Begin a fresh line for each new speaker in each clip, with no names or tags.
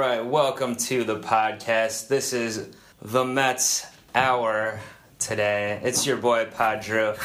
welcome to the podcast. This is the Mets Hour today. It's your boy Padru.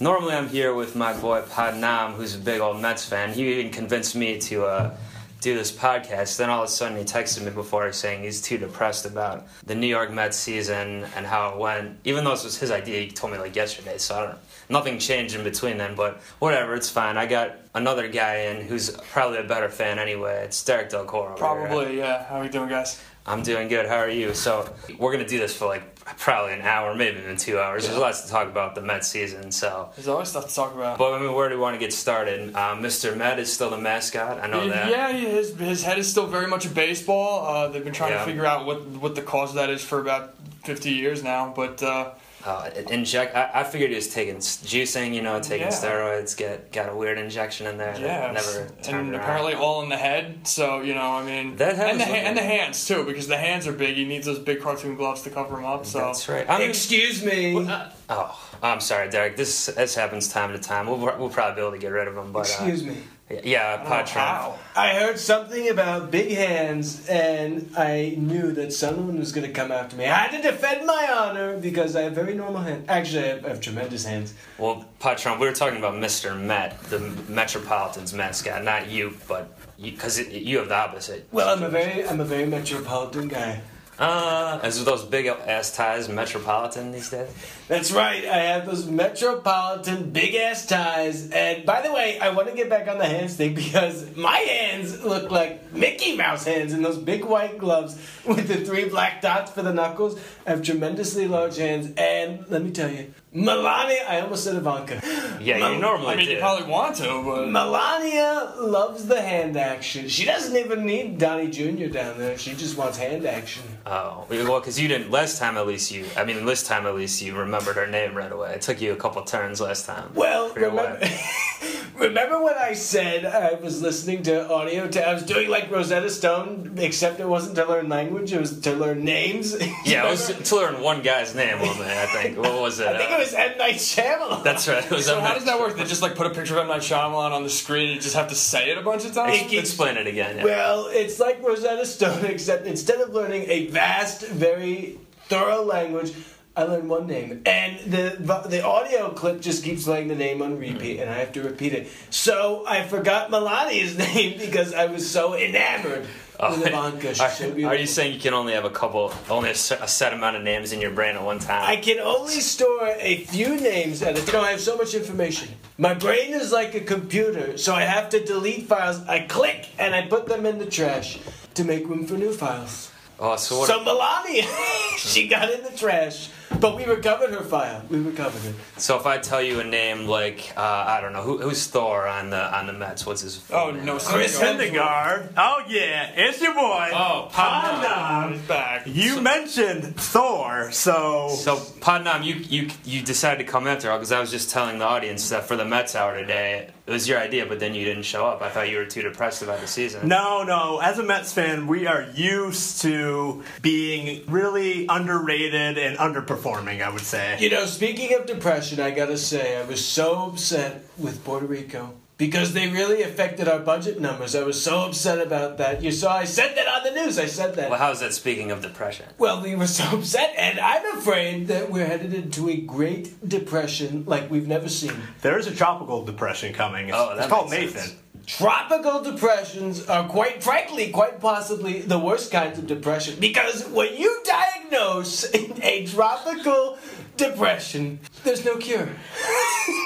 Normally, I'm here with my boy Padnam, who's a big old Mets fan. He even convinced me to uh, do this podcast. Then all of a sudden, he texted me before saying he's too depressed about the New York Mets season and how it went. Even though this was his idea, he told me like yesterday. So I don't. Nothing changed in between then, but whatever, it's fine. I got another guy in who's probably a better fan anyway. It's Derek Del Coro. over here, right?
Probably, yeah. How we doing, guys?
I'm doing good. How are you? So we're gonna do this for like probably an hour, maybe even two hours. There's lots to talk about the Mets season. So,
There's always stuff to talk about.
but I mean, where do we want to get started? Uh, Mr. Met is still the mascot. I know that.
yeah, he- his, his head is still very much a baseball. Uh, they've been trying
Yeah.
to figure out what what the cause of that is for about 50 years now. But uh,
Uh, inject. I, I figured he was taking s- juicing. You know, taking
Yeah.
steroids. Get got a weird injection in there.
yeah,
that never
it's-
turned
and
around.
apparently all in the head. So you know, I mean,
That head
and the
is
ha-
looking-
and the hands too, because the hands are big. He needs those big cartoon gloves to cover him up. So
That's right. I mean-
excuse me.
uh,
Oh, I'm sorry, Derek. This this happens time to time. We'll, we'll probably be able to get rid of him. But
Excuse me.
me. Yeah,
I don't know
Patron.
how.
I heard something about big hands, and I knew that someone was going to come after me. I had to defend my honor because I have very normal hands. Actually, I have, I have tremendous hands.
Well, Patron, we were talking about Mr. Met, the Metropolitan's mascot, not you, but because you have the opposite.
Well, I'm a very, I'm a very metropolitan guy.
Uh, as with those big ass ties, Metropolitan these days.
That's right. I have those metropolitan big ass ties. And by the way, I want to get back on the hands thing because my hands look like Mickey Mouse hands in those big white gloves with the three black dots for the knuckles. I have tremendously large hands. And let me tell you, Melania, I almost said Ivanka.
Yeah, you normally
I mean,
do.
you probably want to, but
Melania loves the hand action. She doesn't even need Donnie Jr. down there. She just wants hand action.
Oh, well, because you didn't last time. At least you, I mean, this time at least you remembered her name right away. It took you a couple turns last time.
Well,
For your
remember,
wife.
remember when I said I was listening to audio? ta- I was doing like Rosetta Stone, except it wasn't to learn language; it was to learn names.
yeah, it was
Remember?
to learn one guy's name only. I think. What was it?
I think it was M Night Shyamalan.
That's right. It was
so how does that work? They just like put a picture of M Night Shyamalan on the screen. and You just have to say it a bunch of times.
It keeps-
Explain it again. yeah.
Well, it's like Rosetta Stone, except instead of learning a vast, very thorough language, I learned one name, and the the audio clip just keeps playing the name on repeat, and I have to repeat it. So I forgot Melania's name because I was so enamored with Ivanka. She showed me
Oh, Are, are you
the-
saying you can only have a couple, only a cer- a set amount of names in your brain at one time?
I can only store a few names at a time. I have so much information. My brain is like a computer, so I have to delete files. I click and I put them in the trash to make room for new files.
oh, so what?
So Melania, she got in the trash, but we recovered her file. We recovered it.
so if I tell you a name like uh, I don't know who, who's Thor on the on the Mets? What's his? full
Oh
name?
no,
Chris Hendegar. Oh yeah, it's your boy.
Oh, Padma is back.
You mentioned Thor, so
So Padnam, you you you decided to come after all because I was just telling the audience that for the Mets hour today it was your idea, but then you didn't show up. I thought you were too depressed about the season.
no, no. As a Mets fan, we are used to being really underrated and underperforming. I would say.
You know, speaking of depression, I gotta say, I was so upset with Puerto Rico because they really affected our budget numbers. I was so upset about that. You saw, I said that on the news. I said that.
Well, how's that speaking of depression?
Well, we were so upset, and I'm afraid that we're headed into a great depression like we've never seen.
There is a tropical depression coming. It's,
Oh, that
it's called
makes
Nathan.
sense.
Tropical depressions are, quite frankly, quite possibly the worst kinds of depression because when you diagnose a tropical depression, there's no cure.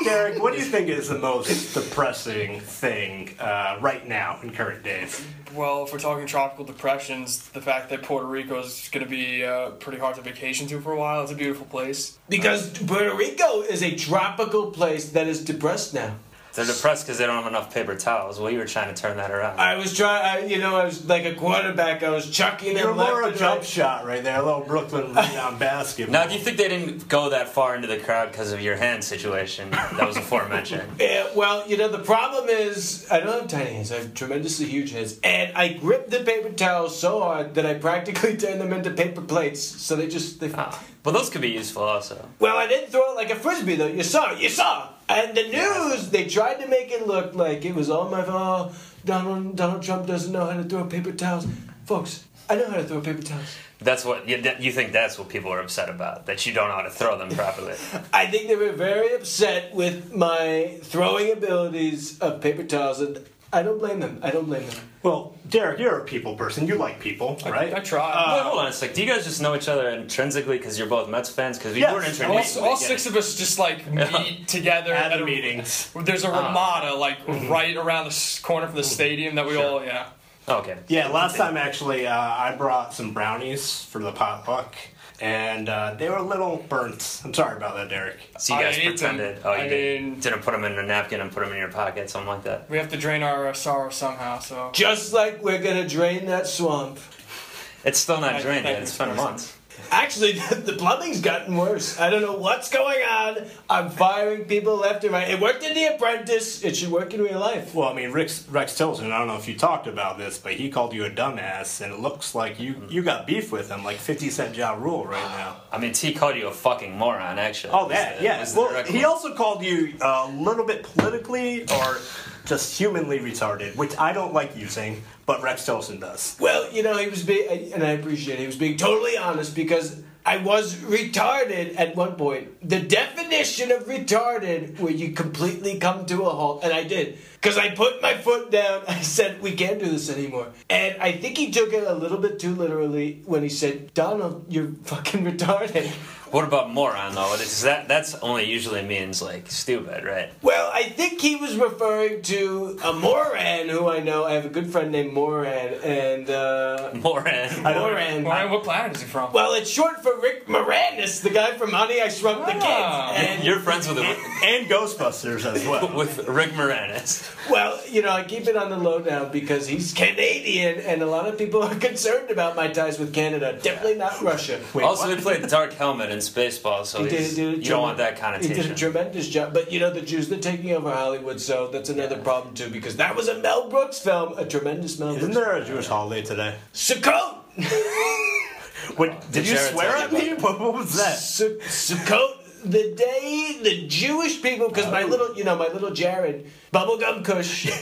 Derek, what do you think is the most depressing thing uh, right now in current days?
Well, if we're talking tropical depressions, the fact that Puerto Rico is going to be uh, pretty hard to vacation to for a while. It's a beautiful place.
Because Puerto Rico is a tropical place that is depressed now.
They're depressed because they don't have enough paper towels. Well, you were trying to turn that around.
I was trying, you know, I was like a quarterback. I was chucking
You're
them left
more a
and
jump
right.
shot right there, a little Brooklyn rebound basketball.
now, do you think they didn't go that far into the crowd because of your hand situation that was aforementioned?
Yeah, well, you know, the problem is I don't have tiny hands. I have tremendously huge hands. And I grip the paper towels so hard that I practically turn them into paper plates. So they just. They...
Ah, but those could be useful also.
Well, I didn't throw it like a frisbee, though. You saw it. You saw it. And the news, they tried to make it Oh, look like it was all my fault. Donald, Donald Trump doesn't know how to throw paper towels. Folks, I know how to throw paper towels.
That's what you, that- you think. That's what people are upset about. That you don't know how to throw them properly.
I think they were very upset with my throwing abilities of paper towels, and I don't blame them. I don't blame them.
Well, Derek, you're a people person. You like people, right?
I tried.
Wait, hold on a sec. Do you guys just know each other intrinsically because you're both Mets fans? Because we
Yes.
were
all,
introduced.
all six of us just like meet together
At
a-
meetings.
There's a Ramada like right around the s- corner from the stadium that we all yeah.
Okay.
Oh. Yeah, last time actually, uh, I brought some brownies for the potluck, and uh, they were a little burnt. I'm sorry about that, Derek.
So you
I
guys
ate them.
pretended. Oh, you
I
did.
mean-
didn't put them in a napkin and put them in your pocket, something like that.
We have to drain our uh, sorrow somehow. So
Just like we're gonna drain that swamp.
It's still not
I-
drained yet.
thank you
It's been a
for
month.
Actually, the plumbing's gotten worse. I don't know what's going on. I'm firing people left and right. It worked in The Apprentice. It should work in real life.
Well, I mean, Rick's, Rex Tillerson, I don't know if you talked about this, but he called you a dumbass, and it looks like you, you got beef with him, like 50 Cent Ja Rule right now.
I mean, T called you a fucking moron, actually.
Oh,
Was
that,
the-
yeah.
was the
Well,
direct
he
one.
also called you uh, a little bit politically or just humanly retarded, which I don't like using, but Rex Tillerson does.
Well, you know, he was being, and I appreciate it. He was being totally honest because I was retarded at one point. The definition of retarded, where you completely come to a halt, and I did because I put my foot down. I said, "We can't do this anymore." And I think he took it a little bit too literally when he said, "Donald, you're fucking retarded."
What about moron though? It's- that that's only usually means like stupid, right?
Well, I think he was referring to a Moran who I know. I have a good friend named Moran, and uh,
Moron.
don't-
Moran.
Ryan, what planet is he from?
Well, it's short for Rick Moranis, the guy from Honey I Shrunk the Kids.
Ah.
And,
You're friends with a-
And Ghostbusters as well.
with Rick Moranis.
well, you know, I keep it on the low now because he's Canadian, and a lot of people are concerned about my ties with Canada. Definitely not Russia.
Wait,
also,
what?
he played Dark Helmet in Spaceball, so
He did-
he's-
did a
you
trem-
don't want that connotation.
He did a tremendous job, but you know the Jews—they're taking over Hollywood, so that's another problem too. Because that was a Mel Brooks film, a tremendous Mel
Isn't
Brooks.
there a Jewish holiday today?
Sukkot.
What, did
Did
you
Jared
swear
tell you
at me? What, what was that?
Su- Sukkot, the day the Jewish people, because my little, you know, my little Jared, bubblegum kush,
You,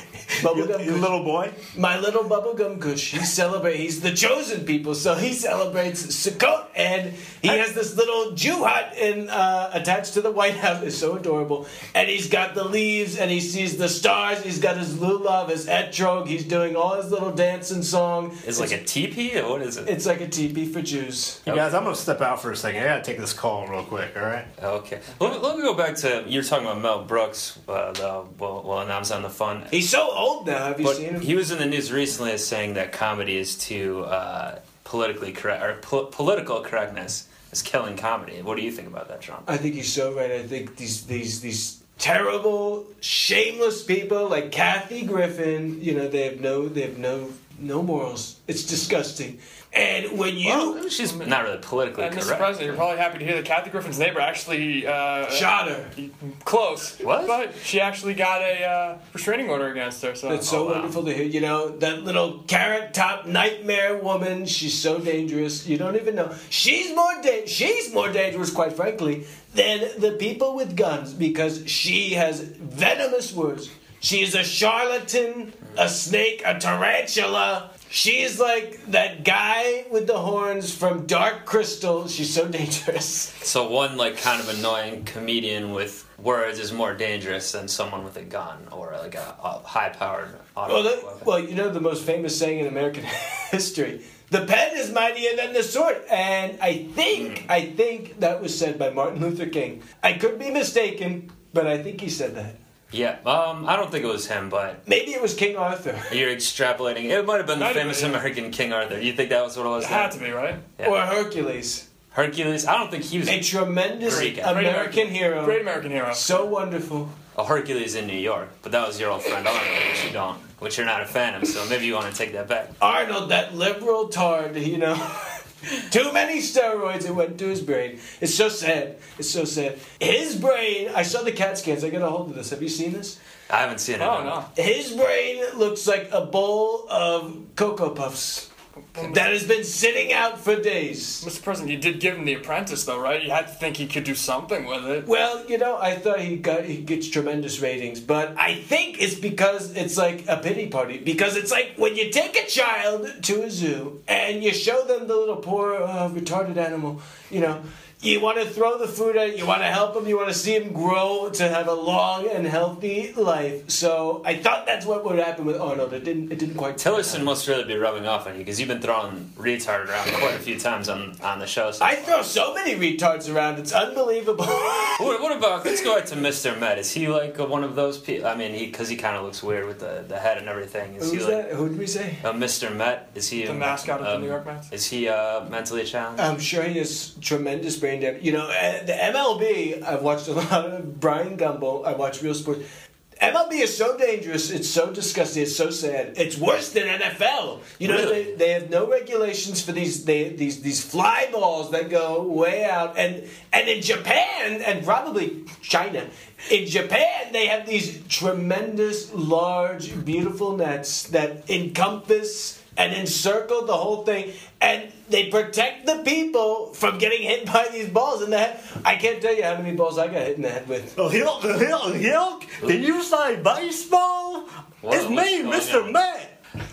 bubblegum
you
kush,
little boy?
my little bubblegum kush, he celebrates, he's the chosen people, so he celebrates Sukkot, and he has this little Jew hut in, uh, attached to the White House, it's so adorable, and he's got the leaves, and he sees the stars, he's got his lulav, his etrog, he's doing all his little dance and song.
Is it like a teepee or what is it?
It's like a teepee for Jews.
You guys, I'm gonna step out for a second. I gotta take this call real quick, alright?
Okay. Let me, let me go back to you were talking about Mel Brooks. Uh, though, well, well, and I was on the phone.
He's so old now. Have you
But
seen him?
he was in the news recently as saying that comedy is too uh, politically correct or pol- political correctness is killing comedy. What do you think about that, John?
I think you're so right. I think these these these terrible, shameless people like Kathy Griffin, you know, they have no they have no no morals. It's disgusting. And when you
Well, she's not really politically
And Mr.
correct.
President, you're probably happy to hear that Kathy Griffin's neighbor actually uh,
shot her,
close.
What?
But she actually got a uh, restraining order against her. So
that's so
Oh, wow.
wonderful to hear. You know, that little carrot top nightmare woman, she's so dangerous. You don't even know. She's more da- she's more dangerous, quite frankly, than the people with guns because she has venomous words. She's a charlatan, a snake, a tarantula. She's like that guy with the horns from Dark Crystal. She's so dangerous.
So one like kind of annoying comedian with words is more dangerous than someone with a gun or like a, high powered
Well,
automatic
the,
weapon.
well, you know the most famous saying in American history: "The pen is mightier than the sword." And I think, I think that was said by Martin Luther King. I could be mistaken, but I think he said that.
yeah, um, I don't think it was him, but
Maybe it was King Arthur,
you're extrapolating. It might have been the
Might have
famous
been, yeah.
American King Arthur. You think that was what it was?
it had to be right.
Yeah.
or Hercules,
Hercules. I don't think he was
a tremendous
Greek. Great
American,
American-
hero.
Great American hero.
So wonderful.
a Hercules in New York, but that was your old friend Arnold, which you don't, which you're not a fan of. So maybe you want to take that back.
Arnold, that liberal tard, you know. Too many steroids, it went to his brain. It's so sad. It's so sad. His brain, I saw the CAT scans, I got a hold of this. Have you seen this?
I haven't seen it.
Oh no.
His brain looks like a bowl of Cocoa Puffs. that has been sitting out for days.
Mr. President, you did give him The Apprentice, though, right? You had to think he could do something with it.
Well, you know, I thought he got he gets tremendous ratings, but I think it's because it's like a pity party. Because it's like when you take a child to a zoo and you show them the little poor uh, retarded animal, you know, you want to throw the food at, you want to help him, you want to see him grow to have a long and healthy life. So I thought that's what would happen with Arnold. It didn't. It didn't quite.
Tillerson must really be rubbing off on you because you've been throwing retard around quite a few times on, on the show. So
I throw so many retards around; it's unbelievable.
What, what about let's go right to Mr. Met? Is he like a, one of those people? I mean, because he, kind of looks weird with the, the head and everything. Is he
Who's
like
that? Who did we say?
a Mr. Met? Is he
The
a-
mascot of the
um,
New York Mets?
Is he uh, mentally challenged?
I'm sure he has tremendous brain damage. You know, uh, the MLB, I've watched a lot of Brian Gumble, I watch Real Sports. MLB is so dangerous, it's so disgusting, it's so sad. It's worse than NFL. You know,
Really?
they, they have no regulations for these they, these these fly balls that go way out and and in Japan and probably China, in Japan they have these tremendous large beautiful nets that encompass and encircle the whole thing and they protect the people from getting hit by these balls in the head. I can't tell you how many balls I got hit in the head with.
Oh, Hilk, Hilk, Hilk, did you say baseball?
What-
it's me,
what's
Mr.
going on?
Matt.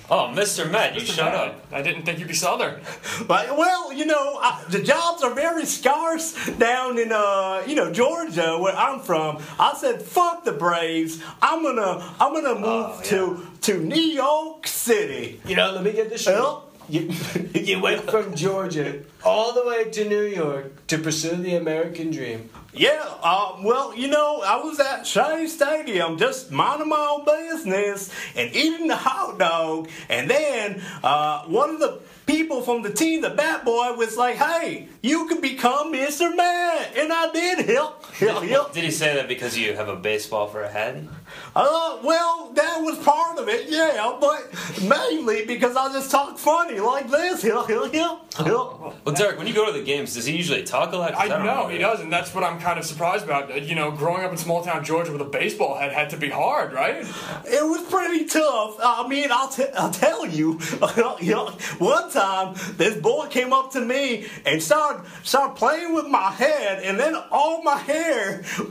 Oh, Mr. Met, you shut up.
I didn't think you'd be Southern.
But, well, you know, I, the jobs are very scarce down in, uh, you know, Georgia, where I'm from. I said, "Fuck the Braves. I'm gonna, I'm gonna move
Oh, yeah.
to to New York City."
You know, let me get this straight.
Well-
You, you went from Georgia all the way to New York to pursue the American dream.
Yeah, uh, well, you know, I was at Shea Stadium just minding my own business and eating the hot dog, and then uh, one of the people from the team, the Bat Boy, was like, "Hey, you can become Mr. Man," and I did. Help, help, help.
Did he say that because you have a baseball for a head?
Uh, well, that was part of it, yeah, but mainly because I just talk funny like this. Help, help, help, help.
Well, Derek, when you go to the games, does he usually talk a lot? 'Cause
I
don't
know he
really-
does, and that's what I'm kind of surprised about. Uh, You know, growing up in small town Georgia with a baseball head had to be hard, right?
It was pretty tough. I mean, I'll, t- I'll tell you, you know, one time this boy came up to me and started started playing with my head, and then all my hair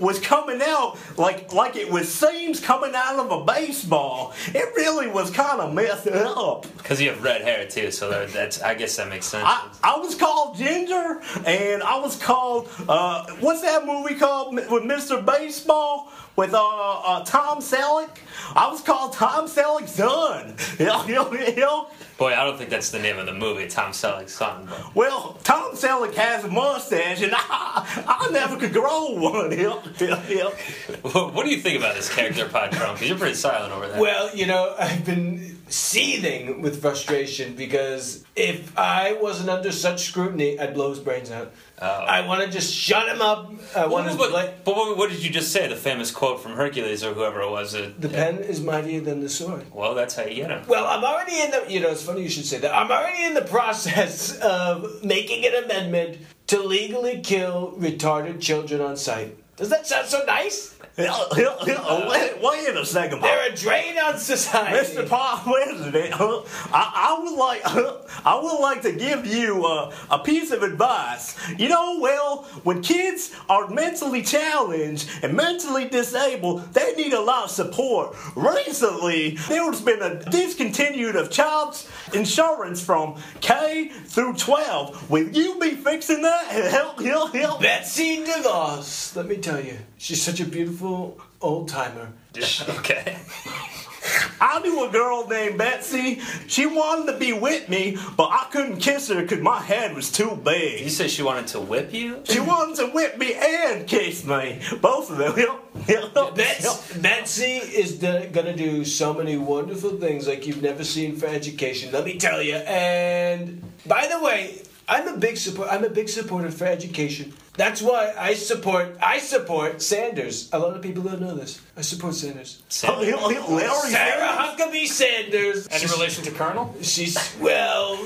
was coming out like like it was seams coming out of a baseball. It really was kind of messed up.
Because you have red hair too, so that, that's I guess that makes sense.
I, I was called Ginger, and I was called uh, what's that movie called with Mr. Baseball with uh, uh, Tom Selleck? I was called Tom Selleck's son. You know, you know?
Boy, I don't think that's the name of the movie, Tom Selleck's son. But
Well, Tom Selleck has a mustache, and I, I never could grow one. You know, you know, you know.
what, what do you think about this character, Pod Trump? 'Cause you're pretty silent over there.
Well, you know, I've been seething with frustration because if I wasn't under such scrutiny, I'd blow his brains out. I want to just shut him up. I want to
but,
like
but what, what did you just say? The famous quote from Hercules or whoever it was. It,
the pen is mightier than the sword.
well, that's how you get him.
Well, I'm already in the. You know, it's funny you should say that. I'm already in the process of making an amendment to legally kill retarded children on site. Does that sound so nice?
You know, you know, you know. Wait, wait a second.
They're a drain on society.
Mr. Paul President, huh, I, I would like huh, I would like to give you uh, a piece of advice. You know, well, when kids are mentally challenged and mentally disabled, they need a lot of support. Recently, there's been a discontinued of child insurance from K through 12. Will you be fixing that? Help, help, help.
Betsy DeVos, let me tell you, she's such a beautiful old timer.
okay.
I knew a girl named Betsy. She wanted to be with me, but I couldn't kiss her because my head was too
You
big.
say she wanted to whip you?
She wanted to whip me and kiss me. Both of them. That's
Bets- Betsy is de- gonna do so many wonderful things like you've never seen for education. Let me tell you. And by the way, I'm a big support. I'm a big supporter for education. That's why I support. I support Sanders. A lot of people don't know this. I support Sanders.
Oh,
Sam,
Sarah Huckabee Sanders.
Any relation to Colonel?
She's well.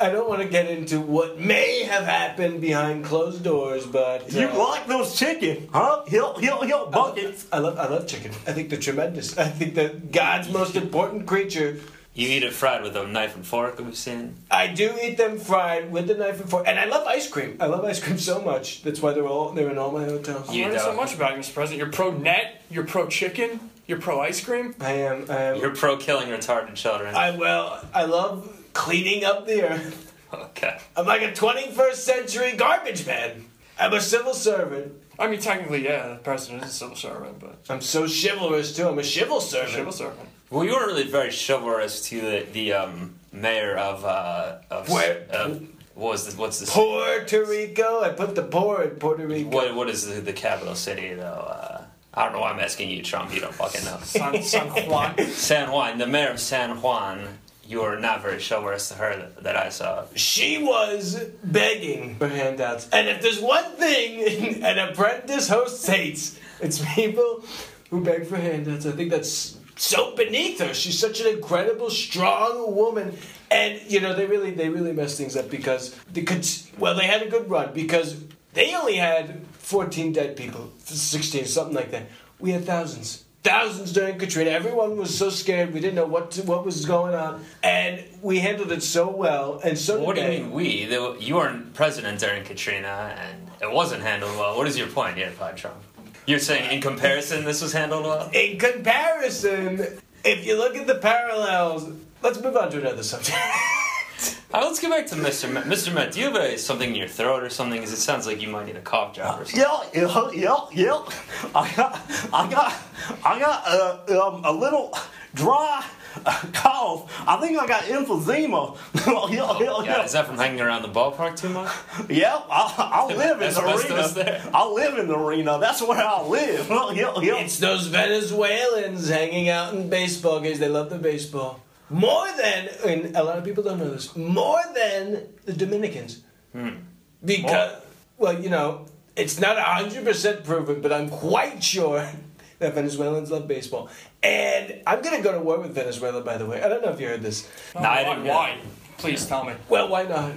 I don't want to get into what may have happened behind closed doors, but
You
uh,
like those chicken, huh? Hill, hill, hill, buckets.
I love I love chicken. I think they're tremendous. I think that God's most important creature
You eat it fried with a knife and fork that we've seen.
I do eat them fried with the knife and fork, and I love ice cream. I love ice cream so much. That's why they're all they're in all my hotels.
You
Learn so
don't.
much about you, Mr. President. You're pro net. You're pro chicken. You're pro ice cream.
I am. I am.
You're pro killing retarded children.
I well, I love cleaning up the earth.
okay.
I'm like a 21st century garbage man. I'm a civil servant.
I mean, technically, yeah, the president is a civil servant, but
I'm so chivalrous too. I'm a civil servant.
civil servant.
Well, you were really very chivalrous to the, the um, mayor of uh, of
Where-
of- what was the, what's the
Puerto Rico. I put the poor in Puerto Rico.
what what is the, the capital city though? Uh, I don't know why I'm asking you, Trump. You don't fucking know.
San, San Juan.
San Juan, the mayor of San Juan. You were not very chivalrous to her that, that I saw.
She was begging for handouts. And if there's one thing an apprentice host hates, it's people who beg for handouts. I think that's so beneath her. She's such an incredible, strong woman. And you know, they really they really messed things up because the cons- well, they had a good run because they only had 14 dead people, 16, something like that. We had thousands. Thousands during Katrina. Everyone was so scared. We didn't know what to, what was going on, and we handled it so well. And so
What do
did
you
they.
mean we? There were- You weren't president during Katrina, and it wasn't handled well. What is your point here, Pod Trump? You're saying in comparison, this was handled well?
In comparison, if you look at the parallels, let's move on to another subject.
Uh, let's get back to Mr. Met. Mr. Met, do you have a, something in your throat or something? Because it sounds like you might need a cough drop or something.
Yeah, yeah, yeah, yeah. I got, I got, I got uh, um, a little dry uh, cough. I think I got emphysema. yeah, yeah,
Yeah,
yeah.
Oh, is that from hanging around the ballpark too much?
yeah I, I live in
That's
the
what's- that's there.
arena. I live in the arena. That's where I live. yeah, yeah.
it's those Venezuelans hanging out in baseball games. They love the baseball. More than, and a lot of people don't know this, more than the Dominicans.
Hmm.
Because, well, you know, it's not 100% proven, but I'm quite sure that Venezuelans love baseball. And I'm going to go to war with Venezuela, by the way. I don't know if you heard this.
No, I
Why-
didn't.
Why? Please tell me.
Well, why not?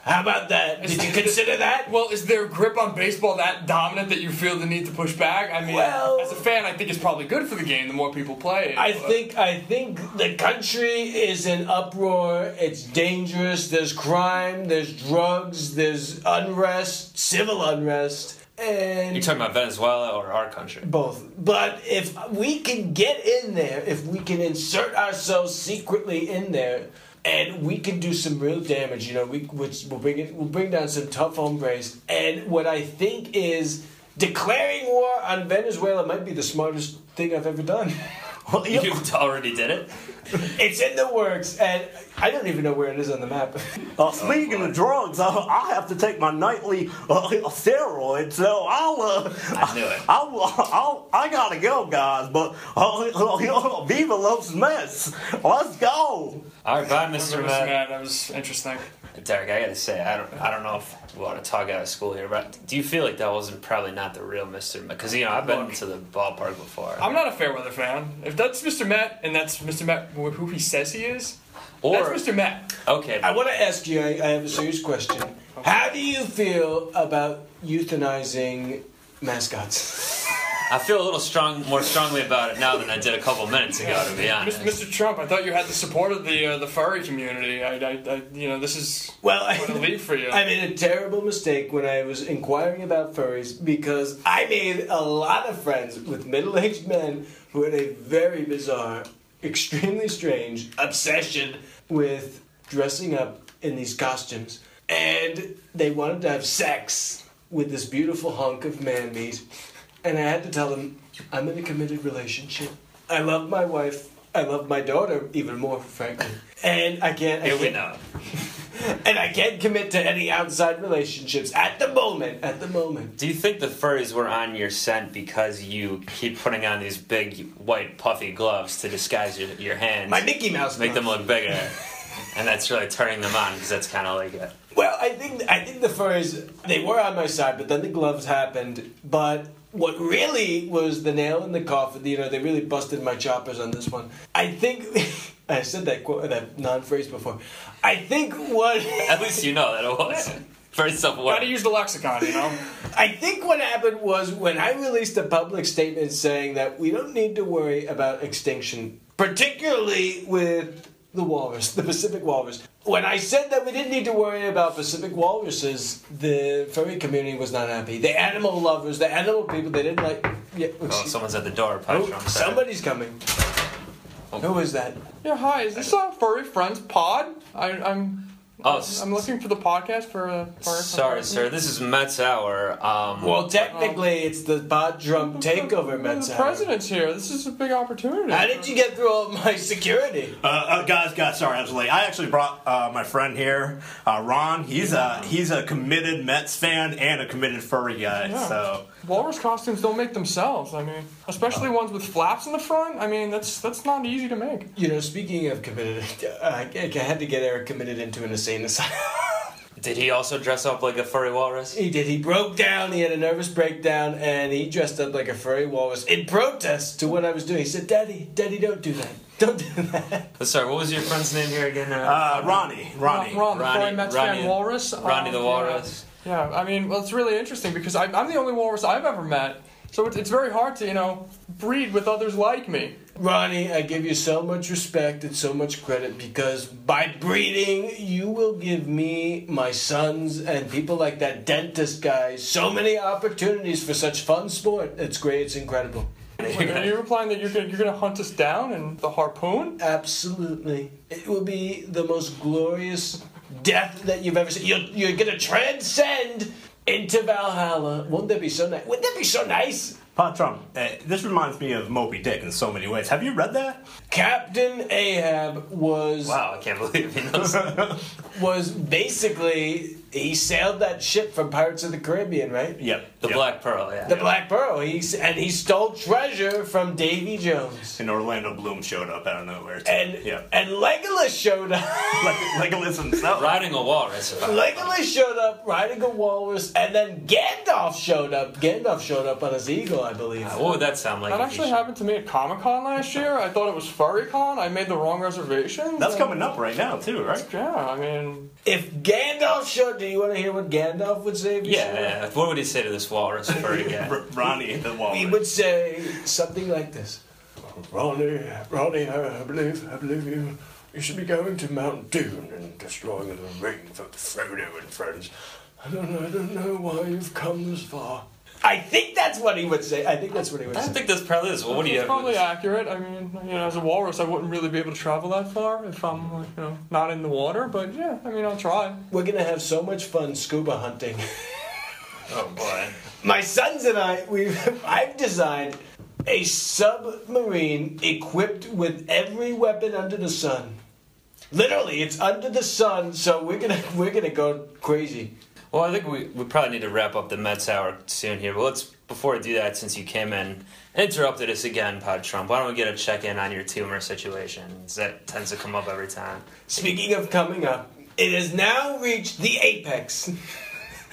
How about that? Did you consider that?
Well, is their grip on baseball that dominant that you feel the need to push back? I mean,
Well-
as a fan, I think it's probably good for the game. The more people play, it,
I
but-
think I think the country is in uproar. It's dangerous. There's crime. There's drugs. There's unrest, civil unrest,
You're
and
talking about Venezuela or our country?
both. But if we can get in there, if we can insert ourselves secretly in there, and we can do some real damage, you know, we which will bring it, we'll bring down some tough hombres. And what I think is declaring war on Venezuela might be the smartest thing I've ever done.
You already did it?
It's in the works, and I don't even know where it is on the map.
Uh, speaking of drugs, I, I have to take my nightly uh, steroid, so I'll. Uh,
I knew it.
I'll, I'll, I gotta go, guys. But uh, Viva loves mess. Let's go.
All right, bye, Mr.
Mr.
Met.
Matt, that was interesting.
Derek, I gotta say, I don't, I don't know if we want to talk out of school here, but do you feel like that wasn't probably not the real Mr. Met? Because, you know, I've been
Look.
to the ballpark before.
I'm not a fair weather fan. If that's Mr. Matt and that's Mr. Matt wh- who he says he is,
or,
that's Mr. Matt.
okay,
I want to ask you. I, I have a serious question. How do you feel about euthanizing mascots?
I feel a little strong, more strongly about it now than I did a couple minutes ago, to be honest.
Mr. Mr. Trump, I thought you had the support of the uh, the furry community. I, I, I, you know, this is
Well, I,
what a leap for you.
I made a terrible mistake when I was inquiring about furries because I made a lot of friends with middle-aged men who had a very bizarre, extremely strange obsession with dressing up in these costumes, and they wanted to have sex with this beautiful hunk of man meat, and I had to tell them I'm in a committed relationship. I love my wife. I love my daughter even more, frankly. And I can't. I
Here we
can't-
know.
and I can't commit to any outside relationships at the moment. At the moment.
Do you think the furries were on your scent because you keep putting on these big white puffy gloves to disguise your, your hands?
My Mickey Mouse.
make them
gloves.
look bigger. and that's really turning them on because that's kind of like a.
Well, I think I think the furries they were on my side, but then the gloves happened. But what really was the nail in the coffin? You know, they really busted my choppers on this one. I think I said that quote, that non-phrase before. I think what.
At least you know that it was. First of all,
Got to use the lexicon, you know.
I think what happened was when I released a public statement saying that we don't need to worry about extinction, particularly with the walrus, the Pacific walrus. When I said that we didn't need to worry about Pacific walruses, the furry community was not happy. The animal lovers, the animal people, they didn't like. Yeah,
Oh,
excuse-
someone's at the door. Patrick,
Oh,
I'm sorry.
somebody's coming. Who is that?
Yeah, hi. Is this a furry friends pod? I, I'm.
Oh, s-
I'm looking for the podcast for a. For a-
Sorry, sir. This is Mets Hour. Um,
Well, technically, it's the Bot Trump takeover, Mets.
The
Howard.
president's here. This is a big opportunity.
How did you get through all my security?
Uh, uh, guys, guys, sorry, I was late. I actually brought uh, my friend here, uh, Ron. He's a he's a committed Mets fan and a committed furry guy.
Yeah.
So
Walrus costumes don't make themselves. I mean, especially ones with flaps in the front. I mean, that's that's not easy to make.
You know, speaking of committed, I, I had to get Eric committed into an insane asylum.
did he also dress up like a furry walrus?
he did. He broke down. He had a nervous breakdown, and he dressed up like a furry walrus in protest to what I was doing. He said, "Daddy, Daddy, don't do that. Don't do that."
Uh, Sorry, what was your friend's name here again?
uh, Ronnie, Ronnie,
Ron, the
Ronnie-
furry Mets
Ronnie-
fan walrus.
Ronnie the
yeah.
walrus.
Yeah. I mean, well, it's really interesting because I, I'm the only walrus I've ever met, so it's, it's very hard to you know breed with others like me.
Ronnie, I give you so much respect and so much credit because by breeding, you will give me, my sons, and people like that dentist guy so many opportunities for such fun sport. It's great. It's incredible.
Wait, are you implying that you're gonna, you're gonna hunt us down and the harpoon?
Absolutely. It will be the most glorious death that you've ever seen. You're, you're going to transcend into Valhalla. Wouldn't that be so nice? Wouldn't that be so nice?
Patron. Uh, this reminds me of Moby Dick in so many ways. Have you read that?
Captain Ahab was
wow, oh, I can't believe he knows.
was basically he sailed that ship from Pirates of the Caribbean, right?
Yep.
The
yep.
Black Pearl, yeah.
The Black Pearl. He s- and he stole treasure from Davy Jones.
And Orlando Bloom showed up out of nowhere. too.
And
yeah,
and Legolas showed up.
like Legolas himself.
Riding a walrus. if I-
Legolas showed up riding a walrus, and then Gandalf showed up. Gandalf showed up on his eagle, I believe.
What would that sound like?
That
if he
actually
sh-
happened to me at Comic Con last year. I thought it was Furry Con. I made the wrong reservation.
That's coming up right now too, right?
Yeah, I mean,
If Gandalf showed, do you want to hear what Gandalf would say? if he
Yeah,
showed up?
yeah. What would he say to this walrus furry guy?
R- Ronnie the walrus.
He would say something like this: "Ronnie, Ronnie, I I believe, I believe you. You should be going to Mount Doom and destroying the ring for Frodo and friends. I don't know, I don't know why you've come this far." I think that's what he would say. I think that's what he would
I
say.
don't think that's probably this. Well, what do you
it's
have?
probably
with-
accurate. I mean, you know, as a walrus, I wouldn't really be able to travel that far if I'm, like, you know, not in the water. But yeah, I mean, I'll try.
We're gonna have so much fun scuba hunting.
Oh boy.
My sons and I, we've I've designed a submarine equipped with every weapon under the sun. Literally, it's under the sun, so we're gonna we're gonna go crazy.
Well, I think we, we probably need to wrap up the Mets hour soon here. But let's before I do that, since you came in and interrupted us again, Pod Trump, why don't we get a check in on your tumor situation? 'Cause That tends to come up every time.
Speaking of coming up, it has now reached the apex.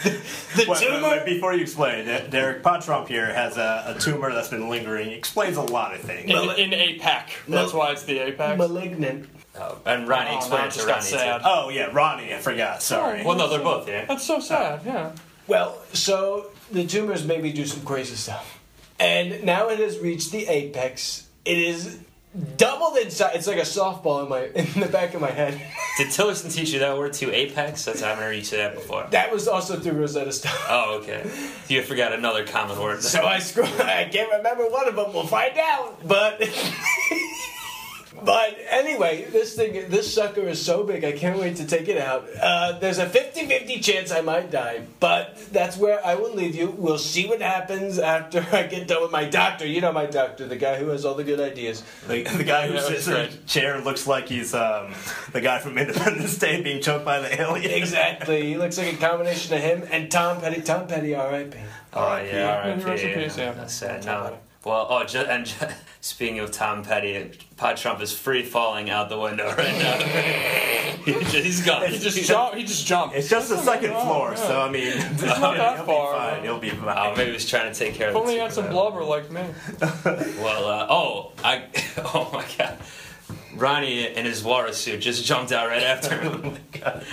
the
Wait, wait,
tumor.
wait, before you explain, De- Derek Potrump here has a, a tumor that's been lingering. Explains a lot of things.
In, in APAC. That's why it's the APAC.
Malignant.
Oh, and Ronnie,
Oh,
explain
now
it
it
to
just got
Ronnie. too.
sad.
Oh yeah, Ronnie, I forgot. Sorry.
Well, no, they're both here.
That's so sad. Yeah.
Well, so the tumors made me do some crazy stuff. And now it has reached the apex. It is doubled in size. It's like a softball in my in the back of my head.
Did Tillerson teach you that word too? Apex? That's I haven't heard you say that before.
That was also through Rosetta Stone.
Oh, okay. You forgot another common word.
So I screw. I can't remember one of them. We'll find out. But but anyway, this thing, this sucker is so big. I can't wait to take it out. Uh, there's a 50-50 chance I might die, but that's where I will leave you. We'll see what happens after I get done with my doctor. You know my doctor, the guy who has all the good ideas.
The, the guy who
Yeah,
sits in
that's
a
right.
chair looks like he's um, the guy from Independence Day being choked by the alien.
Exactly. He looks like a combination of him and Tom Petty. Tom Petty, R.I.P.
Oh yeah,
Yeah,
R.I.P.
rest in peace, yeah.
That's sad. No. Well, oh, ju- and ju- speaking of Tom Petty, Pod Trump is free falling out the window right now. He just- He's gone.
He just jumped. He just jumped.
It's just the second floor, so I mean, it's
not that
he'll
far.
Be fine. He'll be
Oh,
fine.
maybe he's trying to take care of.
If only he had
the
some
tumor.
blubber like me.
Well, uh, oh, I, oh my God, Ronnie in his walrus suit just jumped out right after him. oh my God.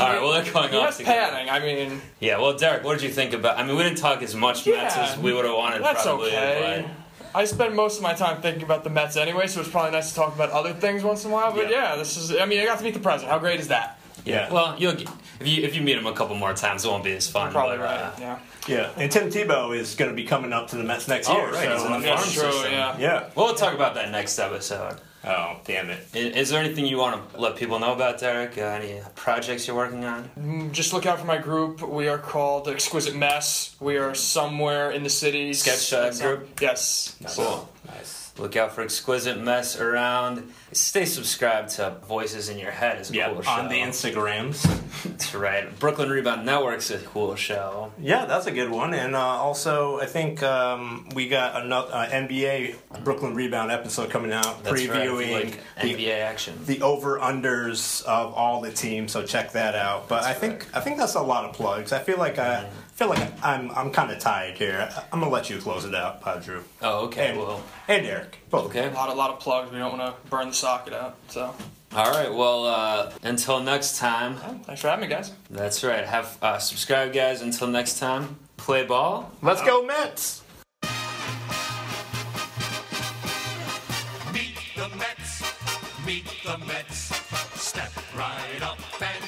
All right, well they're going
He
off
has
together.
padding. I mean,
Yeah, well, Derek, what did you think about? I mean, we didn't talk as much Mets
Yeah,
as we would have wanted.
that's
probably,
okay.
but-
I spend most of my time thinking about the Mets anyway, so it's probably nice to talk about other things once in a while. But
Yeah.
yeah, this is. I mean, I got to meet the president. How great is that?
Yeah.
Well, you'll get, if you if you meet him a couple more times, it won't be as fun.
Probably
but,
right.
uh,
Yeah.
Yeah. And Tim Tebow is going to be coming up to the Mets next
Oh,
year.
right, he's
So,
in the
yeah.
farm
That's true.
system.
Yeah.
yeah.
We'll talk about that next episode.
Oh, damn it.
I- Is, there anything you want to let people know about, Derek? Uh, any projects you're working on?
Mm, Just look out for my group. We are called Exquisite Mess. We are somewhere in the city.
Sketch, uh, group?
Yes.
Cool.
Nice.
Look out for exquisite mess around. Stay subscribed to Voices in Your Head. It's a
Yeah.
cool show.
on the Instagrams.
That's right. Brooklyn Rebound Network's a cool show.
Yeah, that's a good one. And uh, also, I think um, we got another uh, NBA Brooklyn Rebound episode coming out,
That's right, if you
previewing
like
the,
NBA action.
the over unders of all the teams. So check that out. But I think I think that's a lot of plugs. I feel like I
Mm-hmm.
feel like I'm I'm kind of tired here. I- I'm gonna let you close it out, Padru.
Oh, okay.
And,
well,
and Eric. Both.
okay.
A lot, a lot of plugs. We don't want to burn the socket out. So,
All right. Well, uh, until next time.
thanks for having me, guys.
That's right. Have uh, subscribe, guys. Until next time. Play ball.
Let's go Mets.
Meet the Mets, meet the Mets. Step right up and